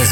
Ez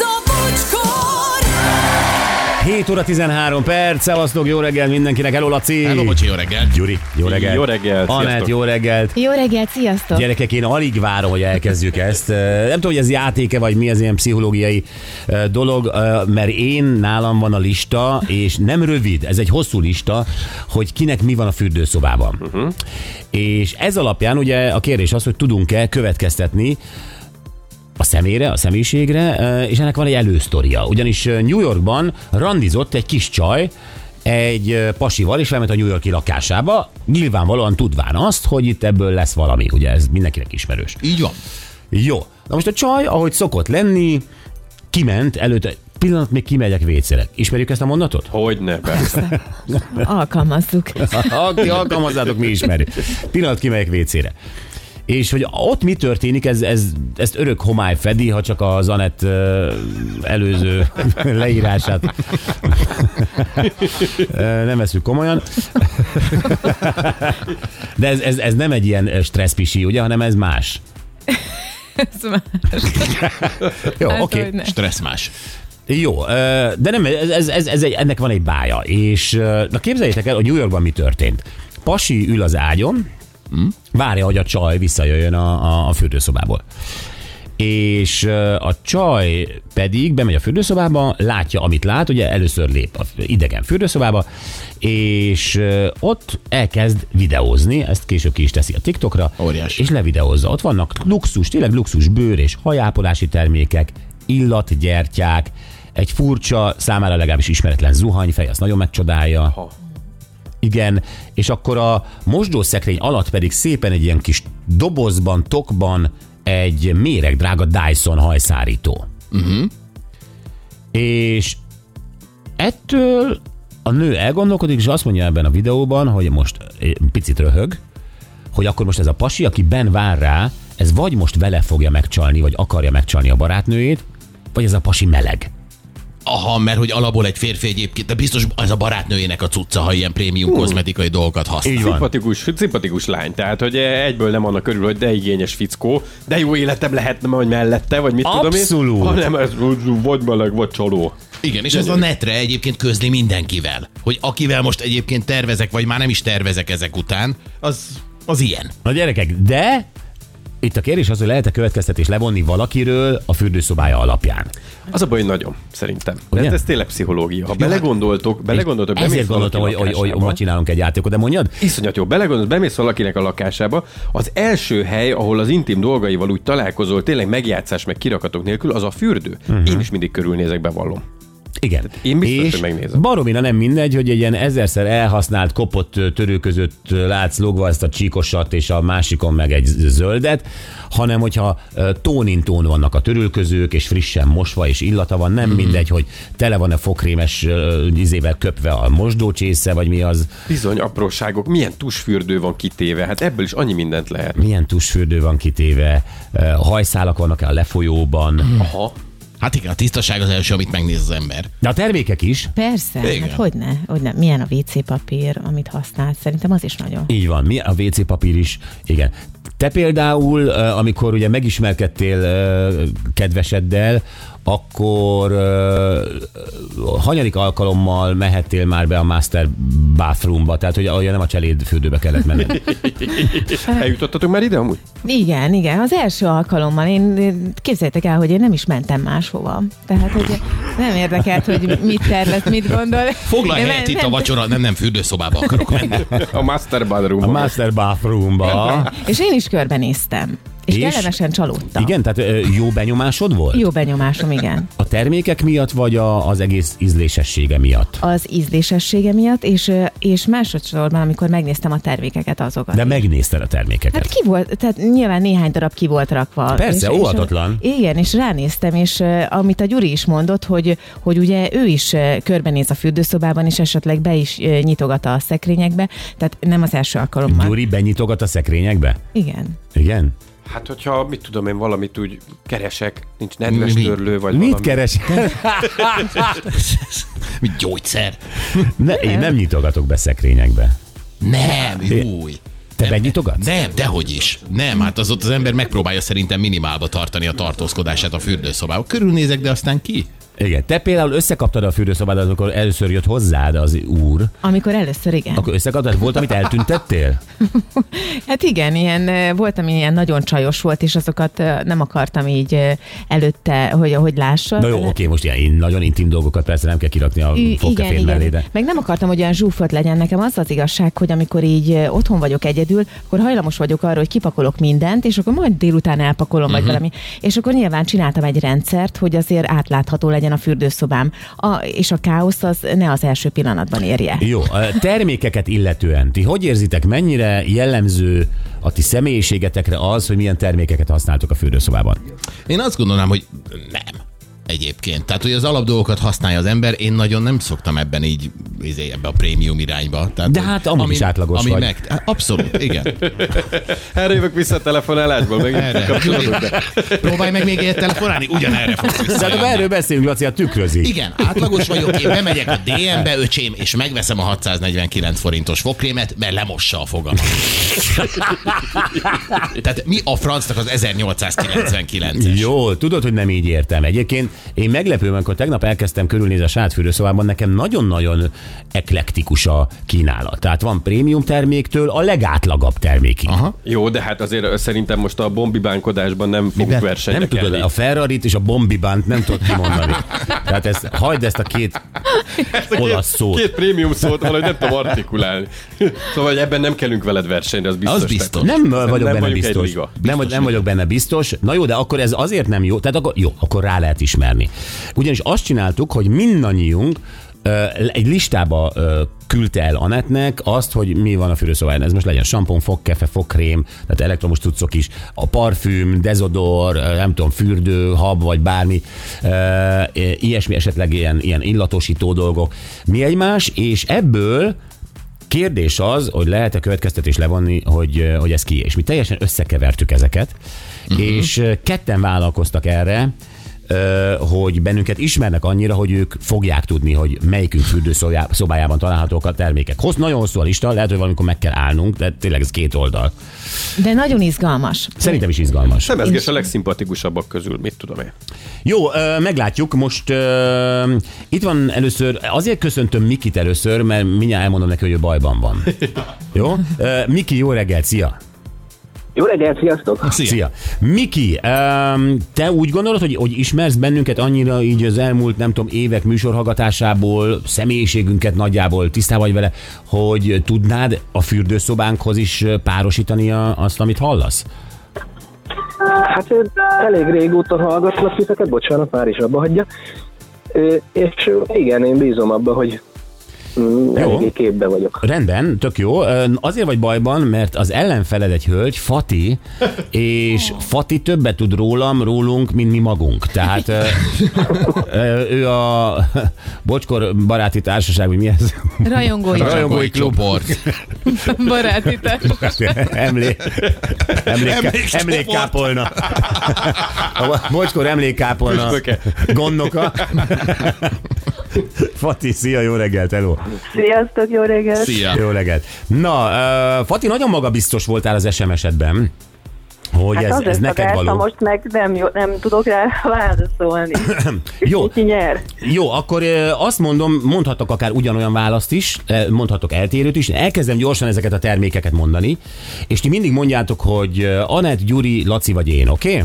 a bocskor! 7 óra 13 perc, szevasztok, jó reggel mindenkinek, hello Laci! Hello, bocsi, jó reggel. Gyuri, jó reggel! Jó reggelt, Anett, sziasztok. jó reggelt! Jó reggelt, sziasztok! Gyerekek, én alig várom, hogy elkezdjük ezt. Ö, Nem tudom, hogy ez játéke, vagy mi ez ilyen pszichológiai ö, dolog, ö, mert én nálam van a lista, és nem rövid, ez egy hosszú lista, hogy kinek mi van a fürdőszobában. Uh-huh. És ez alapján ugye a kérdés az, hogy tudunk-e következtetni a szemére, a személyiségre, ö, és ennek van egy elősztoria. Ugyanis ö, New Yorkban randizott egy kis csaj, egy ö, pasival, és elment a New Yorki lakásába, nyilvánvalóan tudván azt, hogy itt ebből lesz valami, ugye ez mindenkinek ismerős. Így van. Jó. Na most a csaj, ahogy szokott lenni, kiment előtte, pillanat még kimegyek vécélek. Ismerjük ezt a mondatot? Hogy ne, persze. Alkalmazzuk. Aki alkalmazzátok, mi ismerjük. Pillanat kimegyek vécére. És hogy ott mi történik, ez, ez, ezt örök homály fedi, ha csak az Anett ö, előző leírását Ö, nem veszük komolyan. De ez, ez, ez nem egy ilyen stresszpisi, ugye, hanem ez más. Ez már- Jó, hát, oké. hogy ne. Stressz más. Jó, ö, de nem, ez, ez, ez, ez egy, ennek van egy bája, és ö, na képzeljétek el, hogy New Yorkban mi történt. Pasi ül az ágyon, Hm? várja, hogy a csaj visszajöjjön a, a, a fürdőszobából. És ö, a csaj pedig bemegy a fürdőszobába, látja, amit lát, ugye először lép a idegen fürdőszobába, és ö, ott elkezd videózni, ezt később ki is teszi a TikTokra, Óriási. és levideózza. Ott vannak luxus, tényleg luxus bőr és hajápolási termékek, illatgyertyák, egy furcsa, számára legalábbis ismeretlen zuhanyfej, azt nagyon megcsodálja. Igen, és akkor a mosdószekrény alatt pedig szépen egy ilyen kis dobozban, tokban egy méreg drága Dyson hajszárító. Uh-huh. És ettől a nő elgondolkodik, és azt mondja ebben a videóban, hogy most eh, picit röhög, hogy akkor most ez a pasi, aki ben vár rá, ez vagy most vele fogja megcsalni, vagy akarja megcsalni a barátnőjét, vagy ez a pasi meleg. Aha, mert hogy alapból egy férfi egyébként, de biztos ez a barátnőjének a cucca, ha ilyen prémium kozmetikai dolgokat használ. Így van. Szimpatikus, szimpatikus lány, tehát hogy egyből nem annak körül, hogy de igényes fickó, de jó életem lehetne majd mellette, vagy mit tudom Abszolút. én. Hanem ez vagy meleg, vagy csaló. Igen, és ez a netre egyébként közli mindenkivel, hogy akivel most egyébként tervezek, vagy már nem is tervezek ezek után, az, az ilyen. Na gyerekek, de itt a kérdés az, hogy lehet-e következtetés levonni valakiről a fürdőszobája alapján. Az a baj, hogy nagyon, szerintem. Ugye? Ugye? Ez, ez tényleg pszichológia. Ha belegondoltok, belegondoltok, Ezért bemész gondoltam, hogy, valaki hogy, hogy, lakásába. ma csinálunk egy játékot, de mondjad? Iszonyat jó, belegondolsz, bemész valakinek a lakásába, az első hely, ahol az intim dolgaival úgy találkozol, tényleg megjátszás meg kirakatok nélkül, az a fürdő. Mhm. Uh-huh. Én is mindig körülnézek, bevallom. Igen. én biztos, és hogy megnézem. Baromira nem mindegy, hogy egy ilyen ezerszer elhasznált, kopott ö, törő között ö, látsz logva ezt a csíkosat, és a másikon meg egy z- zöldet, hanem hogyha ö, tónin tón vannak a törülközők, és frissen mosva, és illata van, Mhm. nem mindegy, hogy tele van-e fokrémes ö, izével köpve a mosdócsésze, vagy mi az, Bizony, apróságok, milyen tusfürdő van kitéve, hát ebből is annyi mindent lehet. milyen tusfürdő van kitéve, ö, hajszálak vannak-e a lefolyóban, Aha. Hát igen, a tisztaság az első, amit megnéz az ember. de a termékek is, Persze, Igen. Igen. hát hogyne, hogyne. Milyen a WC papír, amit használsz, szerintem az is nagyon. Így van, mi a WC papír is, igen. Te például, ö, amikor ugye megismerkedtél ö, kedveseddel, akkor ö, hanyadik alkalommal mehettél már be a master bathroomba, tehát hogy olyan nem a cseléd fürdőbe kellett menned. Eljutottatok már ide amúgy? Igen, igen, az első alkalommal én én- képzeljétek el, hogy én nem is mentem máshova. Tehát, hogy nem érdekelt, hogy mit tervez, mit gondol. Foglalj Én helyet men- itt a mentem. vacsora, nem, nem fürdőszobába akarok menni. A master A bedroom. master bathroomba. És én is körbenéztem. És, És? és kellemesen csalódtam. Igen, tehát ö, jó benyomásod volt? Jó benyomásom, igen. A termékek miatt, vagy a, az egész ízlésessége miatt? az ízlésessége miatt, és, ö, és másodszorban, amikor megnéztem a termékeket, azokat. De megnézted a termékeket. Hát ki volt, tehát nyilván néhány darab ki volt rakva. Persze, óhatatlan. És, igen, és ránéztem, és ö, amit a Gyuri is mondott, hogy, hogy ugye ő is ö, körbenéz a fürdőszobában, és esetleg be is ö, nyitogat a szekrényekbe, tehát nem az első alkalommal. Gyuri benyitogat a szekrényekbe? Igen. Igen. Hát, hogyha, mit tudom én, valamit úgy keresek, nincs nedves Mi? törlő, vagy Mit valami. keres? Mint gyógyszer. Ne, én nem nyitogatok be szekrényekbe. Nem, júj. Te Nem, benyitogatsz? Nem, dehogy is. Nem, hát az ott az ember megpróbálja szerintem minimálba tartani a tartózkodását a fürdőszobában. Körülnézek, de aztán ki? Igen. Te például összekaptad a fürdőszobádat, amikor először jött hozzád az úr, Amikor először, igen. akkor összekaptad, volt, amit eltüntettél? Hát igen, ilyen, ö, volt, ami ilyen nagyon csajos volt, és azokat ö, nem akartam így ö, előtte, hogy, hogy lássa. Na jó, De- oké, most ilyen in- nagyon intim dolgokat persze nem kell kirakni a Ü- fogkefén mellé, de... Meg nem akartam, hogy olyan zsúfolt legyen. Nekem az az igazság, hogy amikor így ö, otthon vagyok egyedül, akkor hajlamos vagyok arra, hogy kipakolok mindent, és akkor majd délután elpakolom, vagy valami. És akkor nyilván csináltam egy rendszert, hogy azért átlátható legyen a fürdőszobám, a, és a káosz az ne az első pillanatban érje. Jó, a termékeket illetően, ti hogy érzitek, mennyire jellemző a ti személyiségetekre az, hogy milyen termékeket használtok a fürdőszobában? Én azt gondolnám, hogy nem egyébként. Tehát, hogy az alapdolgokat használja az ember, én nagyon nem szoktam ebben így izé, ebbe a prémium irányba. Tehát, De hogy hát amúgy is átlagos ami vagy. Meg, hát abszolút, igen. Erre jövök vissza a telefonálásból, meg Erre. kapcsolódok be. Próbálj meg még egyet telefonálni, ugyanerre fog Tehát visszajönni. hát erről beszélünk, Laci, a tükrözi. Igen, átlagos vagyok, én bemegyek a DM-be, öcsém, és megveszem a 649 forintos fogkrémet, mert lemossa a fogamat. Tehát mi a francnak az 1899-es? Jó, tudod, hogy nem így értem. Egyébként én meglepően, amikor tegnap elkezdtem körülnézni a saját fürdőszobában, nekem nagyon-nagyon eklektikus a kínálat. Tehát van prémium terméktől a legátlagabb termékig. Aha. Jó, de hát azért szerintem most a bombibánkodásban nem fogunk versenyre Nem tudod, kelni. a ferrari és a bombibánt nem tudod kimondani. Tehát ezt, hagyd ezt a két olasz szót. Két prémium szót valahogy nem tudom artikulálni. Szóval hogy ebben nem kellünk veled versenyre, az biztos. Az biztos. Nem vagyok nem benne vagyunk egy biztos. liga. Nem, vagy- nem vagyok benne biztos. Na jó, de akkor ez azért nem jó. Tehát akkor jó, akkor rá lehet ismerni. Ugyanis azt csináltuk, hogy mindannyiunk ö, egy listába ö, küldte el Anetnek azt, hogy mi van a fürdőszobában. Ez most legyen sampon, fogkefe, fogkrém, tehát elektromos cuccok is, a parfüm, dezodor, ö, nem tudom, fürdő, hab vagy bármi, ö, ö, ilyesmi esetleg ilyen, ilyen illatosító dolgok. Mi egymás, és ebből Kérdés az, hogy lehet-e következtetés levonni, hogy, hogy ez ki. És mi teljesen összekevertük ezeket, uh-huh. és ketten vállalkoztak erre, ö, hogy bennünket ismernek annyira, hogy ők fogják tudni, hogy melyikünk fürdőszobájában találhatók a termékek. Hossz, nagyon hosszú a lista, lehet, hogy valamikor meg kell állnunk, de tényleg ez két oldal. De nagyon izgalmas. Szerintem is izgalmas. Szemezges a legszimpatikusabbak közül, mit tudom én. Jó, ö, meglátjuk. Most ö, itt van először, azért köszöntöm Mikit először, mert mindjárt elmondom neki, hogy ő bajban van. Jó? Ö, Miki, jó reggelt, szia! Jó reggelt, sziasztok! Szia. Szia. Miki, um, te úgy gondolod, hogy, hogy ismersz bennünket annyira így az elmúlt, nem tudom, évek műsorhallgatásából, személyiségünket nagyjából tisztá vagy vele, hogy tudnád a fürdőszobánkhoz is párosítani a, azt, amit hallasz? Hát én elég régóta hallgatlak titeket, bocsánat, már is abba hagyja. Ö, És ö, igen, én bízom abba, hogy mm, eléggé képbe vagyok. Rendben, tök jó. Ö, Azért vagy bajban, mert az ellenfeled egy hölgy, Fati, és Fati többet tud rólam, rólunk, mint mi magunk. Tehát ö, ö, ő a Bocskor Baráti Társaság, vagy mi ez? Rajongói Rajongói klubort. barátítás. Emlék, emlék, Emlékcsoport. emlékkápolna. A bocskor emlékkápolna. Püspöke. Gondnoka. Fati, szia, jó reggelt, hello. Sziasztok, jó reggelt! Szia. Jó reggelt. Na, uh, Fati, nagyon magabiztos voltál az SMS-edben, hogy Hát ez, azért ez neked szagáltam, való. most meg nem, jó, nem tudok rá válaszolni. Jó. Ki nyer? Jó, akkor ö, azt mondom, mondhatok akár ugyanolyan választ is, ö, mondhatok eltérőt is. Elkezdem gyorsan ezeket a termékeket mondani, és ti mindig mondjátok, hogy ö, Anett, Gyuri, Laci vagy én, oké? Okay?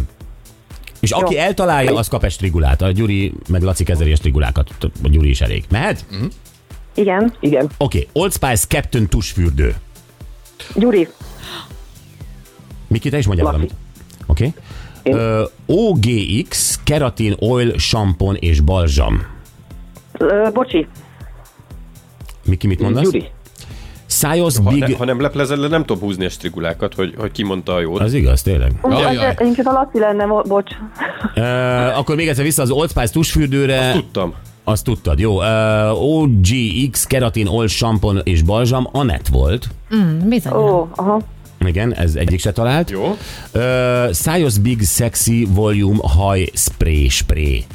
És aki Jó. eltalálja, az kap egy strigulát. A Gyuri meg Laci kezeli a strigulákat. T- A Gyuri is elég. Mehet? Mhm. Oké. Igen, Igen, Okay. Old Spice Captain Tusfürdő. Gyuri, Miki, te is mondjál Laci. valamit. Oké. Okay. Én. Ö, OGX, keratin, oil, sampon és balzsam. Ö, bocsi, Miki, mit mondasz? Gyuri. Szájosz Ha, Big... ne, ha nem leplezed le, nem tudom húzni a strigulákat, hogy, hogy ki mondta a jót. Az igaz, tényleg. Jaj, az, jaj. inkább a Laci lenne, mo- bocs. Uh, akkor még egyszer vissza az Old Spice tusfürdőre. Azt, tud. Tudtam. azt tudtad, jó. Uh, OGX, keratin, old sampon és balzsam. Anett volt. Bizony. Ó, aha. Igen, ez egyik se talált. Jó. Uh, Szájosz Big Sexy Volume Haj Spray Spray.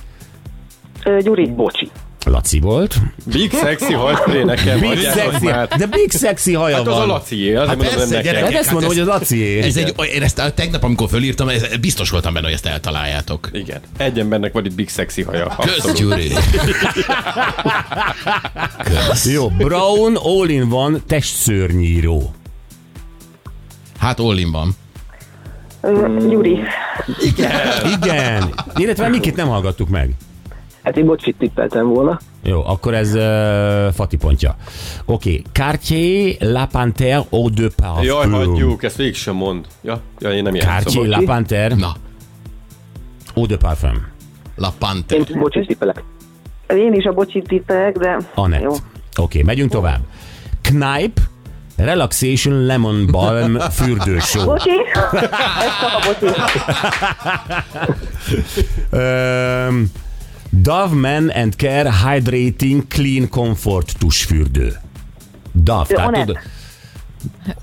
Ö, Gyuri, Bocsi. Laci volt. Big sexy hajt nekem. Big hagyják sexy, már. de big sexy haja Hát az van. a Lacié, azért mondom, persze, hogy nekem. gyerek. Hát ezt mondom, Hát hogy az Lacié. Ez egy, én ezt a, tegnap, amikor fölírtam, ez, biztos voltam benne, hogy ezt eltaláljátok. Igen. Egy embernek van itt big sexy haja. Kösz, Abszolút. Gyuri. Kösz. Jó, Brown All-in van testszörnyíró. Hát Ollin van. Hmm. Mm. Gyuri. Igen. Illetve Mikit nem hallgattuk meg. Hát én bocsit tippeltem volna. Jó, akkor ez uh, Fati pontja. Oké, okay. Cartier La Panthère Eau de Parfum. Jaj, hagyjuk, ezt végig sem mond. Ja, ja én nem játszom. Cartier La Panthère Na, Eau de Parfum. La Én Panther. bocsit tippelek. Én is a bocsit tippelek, de Anett. jó. Oké, okay, megyünk tovább. Knipe Relaxation Lemon Balm fürdősó. Bocsi? Ez csak a bocsi. Um, Dove Men and Care Hydrating Clean Comfort tusfürdő. Dove, Ö, tehát Anett. tudod...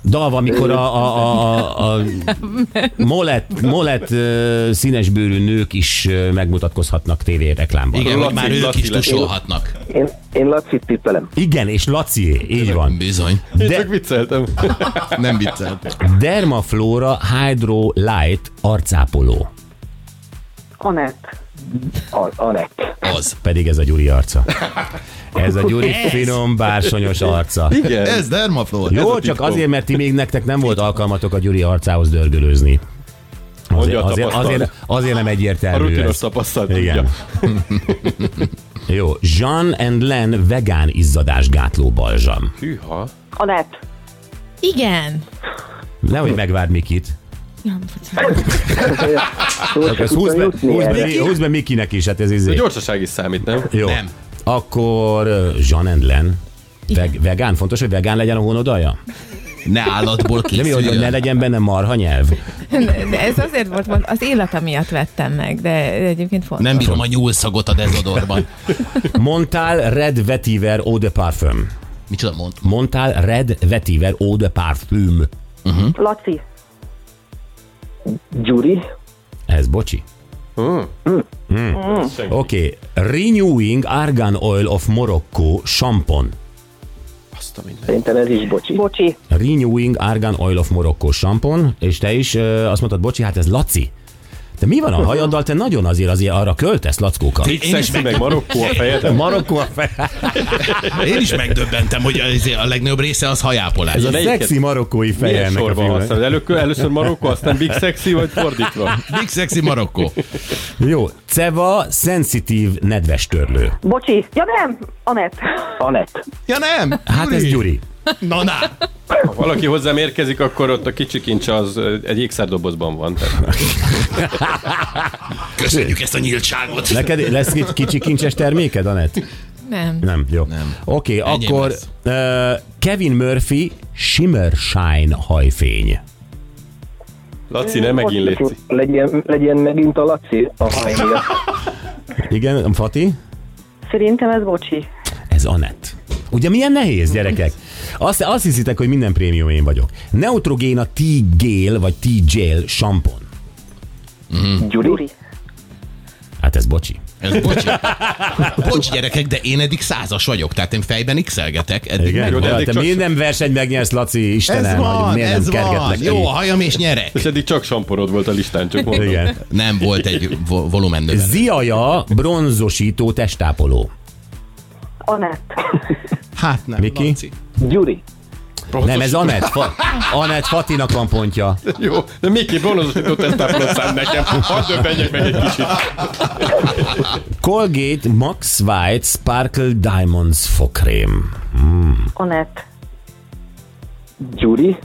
Dove, amikor a, a, a, a, a molet, molet ö, színesbőrű nők is ö, megmutatkozhatnak tévé reklámban. Igen, hogy Laci, már ők Laci is lesz. tusolhatnak. Én, én Lacit tippelem. Igen, és Lacié, így van. Bizony. Én De- csak vicceltem. Nem viccel. Dermaflora Hydro Light arcápoló. Anett. A- Anett. Az. Pedig ez a Gyuri arca. Ez a Gyuri finom, bársonyos arca. Igen. Ez dermaflór. Jó, a csak titkom. azért, mert ti még nektek nem volt alkalmatok a Gyuri arcához dörgölőzni. Azért, Mondja a azért, tapasztalat. azért, azért nem A egyértelmű rutinos ez. tapasztalt Igen. tudja. Jó, Jean and Len vegán izzadásgátló balzsam. Hűha. Anett. Igen. Nehogy megvárd Mikit. Szóval Ah, Ez csak húzd tudtam be, jutni húzd, be, erre. Mi- húzd be Mikinek is, hát ez A izé. gyorsaság is számít, nem? Jó. Nem. Akkor ö, Jean and Len. Veg, vegán, fontos, hogy vegán legyen a hónodaja? Ne állatból De mi, hogy ne készüljön. legyen benne marha nyelv? De ez azért volt, mag- az illata miatt vettem meg, de egyébként fontos. Nem bírom a nyúlszagot a dezodorban. Montal Red Vetiver Eau de Parfum. Micsoda mond? Montal Red Vetiver Eau de Parfum. Laci. Gyuri. Ez bocsi. Mm. Oké, okay. Renewing Argan Oil of Morocco sampon. Azt a minden. Szerintem ez is bocsi. Bocsi. Renewing Argan Oil of Morocco sampon, és te is ö, azt mondtad, bocsi, hát ez Laci. De mi van a hajaddal? Te nagyon azért azért arra költesz, Lackóka. Big sexy meg Marokkó a fejedem. Marokkó a fe... Hát Én is megdöbbentem, hogy az- a legnagyobb része az hajápolás. Ez a Melyiket? szexi marokkói feje Milyen ennek a sorban filmnek. használod? Elők- Először Marokkó, aztán Big Sexy, vagy fordítva? Big Sexy Marokkó. Jó, Ceva Sensitive nedvestörlő. Bocsi. Ja nem. Anett. Anett. Ja nem? Hát ez Gyuri. Na na. Ha valaki hozzám érkezik, akkor ott a kicsi kincs az ö, egy ékszerdobozban van. Tehát Köszönjük ezt a nyíltságot. Neked lesz ki- kicsi kincses terméked, Anett? Nem. Nem, jó. Nem. Oké, okay, Enyém akkor lesz. uh, Kevin Murphy Shimmer Shine hajfény. Laci, ne megint létszik. Legyen, legyen megint a Laci a haj miatt. Igen, Fati? Szerintem ez bocsi. Ez Anett. Ugye milyen nehéz, gyerekek? Azt, azt hiszitek, hogy minden prémium én vagyok. Neutrogéna T-Gél vagy T-Gél sampon. Gyuri. Gyuri. Hát ez bocsi. Ez bocsi. Bocs gyerekek, de én eddig százas vagyok, tehát én fejben x-elgetek. Eddig Igen, Jó, Jó, de eddig te csak- minden versenyt megnyersz, Laci, Ez Istenem, hogy van, miért ez nem van. kergetlek. Jó, a hajam és nyerek. És eddig csak samporod volt a listán, csak mondom. Igen. Nem volt egy vo- volumen növelés. Ziaja bronzosító testápoló. Anett. Hát nem, Miki? Laci. Gyuri. Nem, ez Anett. Fa- Anett Fatinak van pontja. Jó, de Miki, bonozosított ezt táplálszám nekem. Hadd döbbenjek meg egy kicsit. Colgate Max White Sparkle Diamonds fokrém. Anett. Gyuri.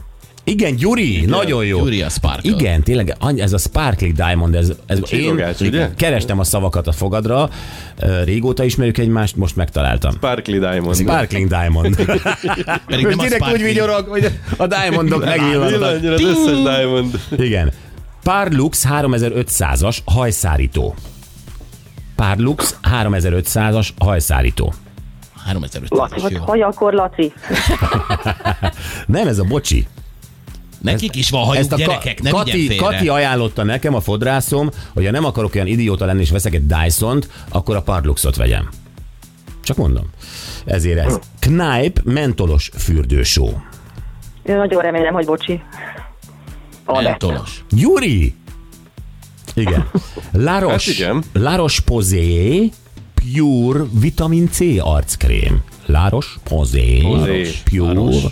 Igen, Gyuri, nagyon jó. Gyuri a Sparkle. Igen, tényleg, any- ez a Sparkling Diamond, ez, ez csillogás, ugye? kerestem a szavakat a fogadra, ö, régóta ismerjük egymást, most megtaláltam. Sparkly Diamond. Sparkling Diamond. Pedig Most nem a direkt úgy Sparkling. vigyorog, hogy a Diamondok megillantak. Villannyira, az összes Diamond. Igen. Parlux 3500-as hajszárító. Parlux 3500-as hajszárító. 3500 Hát jó. haja, akkor Laci. Nem ez a bocsi. Nekik is van hajuk, Ezt a gyerekek, Ka- ne vigyen Kati, félre. Kati ajánlotta nekem a fodrászom, hogy ha nem akarok olyan idióta lenni és veszek egy Dyson-t, akkor a Parluxot vegyem. Csak mondom. Ezért ez. Knájp mentolos fürdősó. Én Nagyon remélem, hogy bocsi. Anett. Tolos. Gyuri! Igen. Láros, Hát igen. Láros Pozé Pure Vitamin C arckrém. Láros Pozé Pozé. Pure Láros.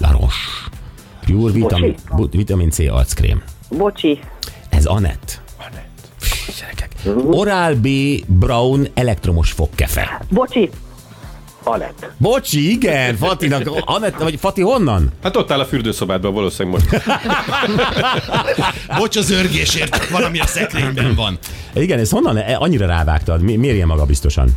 Láros. Pure vitamin, Bocsi. bu- vitamin C arckrém. Bocsi. Ez Anett. Pff, gyerekek. Oral B Brown elektromos fogkefe. Bocsi. Anett. Bocsi, igen, Fatinak. Anett, vagy Fati honnan? Hát ott áll a fürdőszobádban valószínűleg most. Bocs az örgésért, valami a szekrényben van. Igen, ez honnan? E, Annyira rávágtad. Mi, miért ilyen magabiztosan?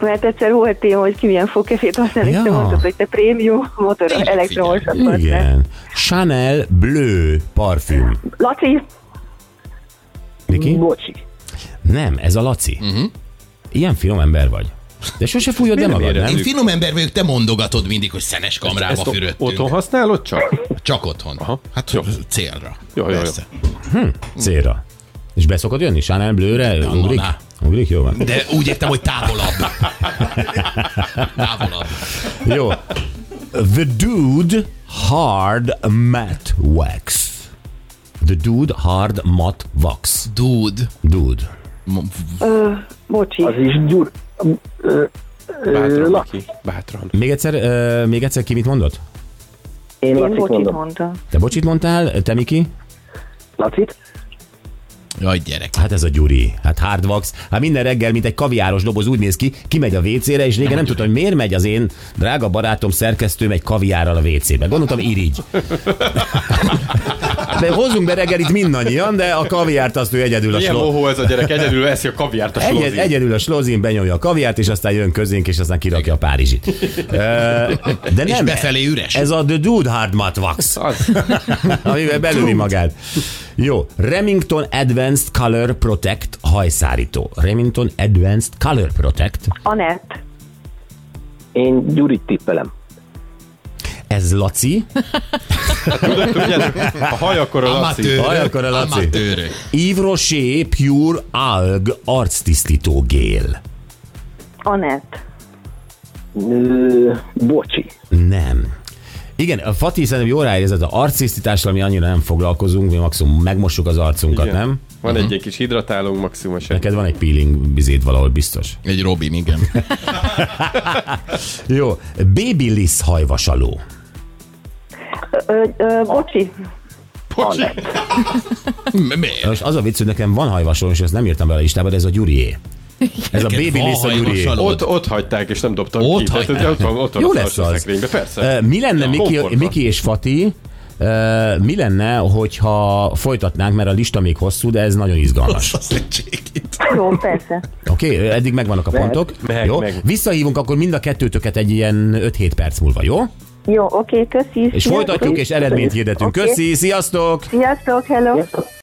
Mert egyszer volt téma, hogy ki milyen fogkefét használ, és Ja. te mondtad, hogy te prémium motor Tényleg, elektromosat használ. Igen. Chanel Bleu parfüm. Laci, Niki? Bocsi. Nem, ez a Laci. Mhm. Uh-huh. Ilyen finom ember vagy. De sose fújod el magad, éred? nem? Én finom ember vagyok, te mondogatod mindig, hogy szenes kamrába Ezt o- fürödtünk. otthon használod csak? Csak otthon. Aha. Hát Jó. célra. Jó, jó, jó. Persze. Célra. És beszokod jönni? Chanel Bleu-re? na, Ugrik? na. Ugrik? Jó van. De úgy értem, hogy távolabb. távolabb. Jó. The Dude Hard Matte Wax. The Dude Hard Matte Wax. Dude. Dude. M- bocsi. Az is gyur... Ö, ö, Bátran, Laci. Miki, bátran. Még egyszer, ö, még egyszer ki mit mondott? Én Én Lacit bocsit mondom. mondtam. Te bocsit mondtál, te Miki? Lacit? Jaj, gyerek. Hát ez a Gyuri, hát hardvax. Hát minden reggel, mint egy kaviáros doboz úgy néz ki, kimegy a WC-re, és régen nem tudtam, hogy miért megy az én drága barátom, szerkesztőm egy kaviárral a WC-be. Gondoltam, irigy. De hozzunk be reggelit mindannyian, de a kaviárt azt ő egyedül a Ilyen sló... mohó ez a gyerek, egyedül eszi a kaviárt a Egyed, slózin. egyedül a slozin benyomja a kaviárt, és aztán jön közénk, és aztán kirakja a Párizsit. Ö, De És nem, befelé üres. ez a The Dude Hard Matt Wax. Az. amivel belőli magát. Jó, Remington Advanced Color Protect hajszárító. Remington Advanced Color Protect. Anett. Én Gyurit tippelem. Ez Laci. A haj akkor a Laci. Amatőrök. Haj, akkor a Laci. Amatőrök. Yves Rocher Pure Alg arctisztító gél. Anett. Ö, Bocsi. Nem. Igen, a Fati szerintem jól ráérzett, a arctisztítással mi annyira nem foglalkozunk, mi maximum megmossuk az arcunkat, Igen. nem? Van egy ilyen kis hidratálónk maximum se. Neked van egy peeling bizéd valahol biztos. Egy Robin, igen. Jó, Baby Liss hajvasaló. Ö, ö, bocsi. Bocsi. M- Miért? Most az a vicc, hogy nekem van hajvasaló, és ezt nem írtam bele a listába, de ez a Gyurié. Ez a Neked Baby van Liss a Gyurié. hajvasaló? Ott, ott hagyták, és nem dobtam Ott ki. Tehát, hagyták. ott van, ott van Jó a lesz alsó az. szekrénybe, persze. Ö, Mi lenne, Ja, Miki, komfortban. Miki és Fati, ö, mi lenne, hogyha folytatnánk, mert a lista még hosszú, de ez nagyon izgalmas. Jó, persze. Oké, okay? eddig megvannak a pontok. mehet, jó? meg. Visszahívunk akkor mind a kettőtöket egy ilyen 5-7 perc múlva, jó? Jó, oké, köszi. És Sziasztok. folytatjuk, és eredményt hirdetünk. Oké. Köszi, sziasztok! Sziasztok, hello.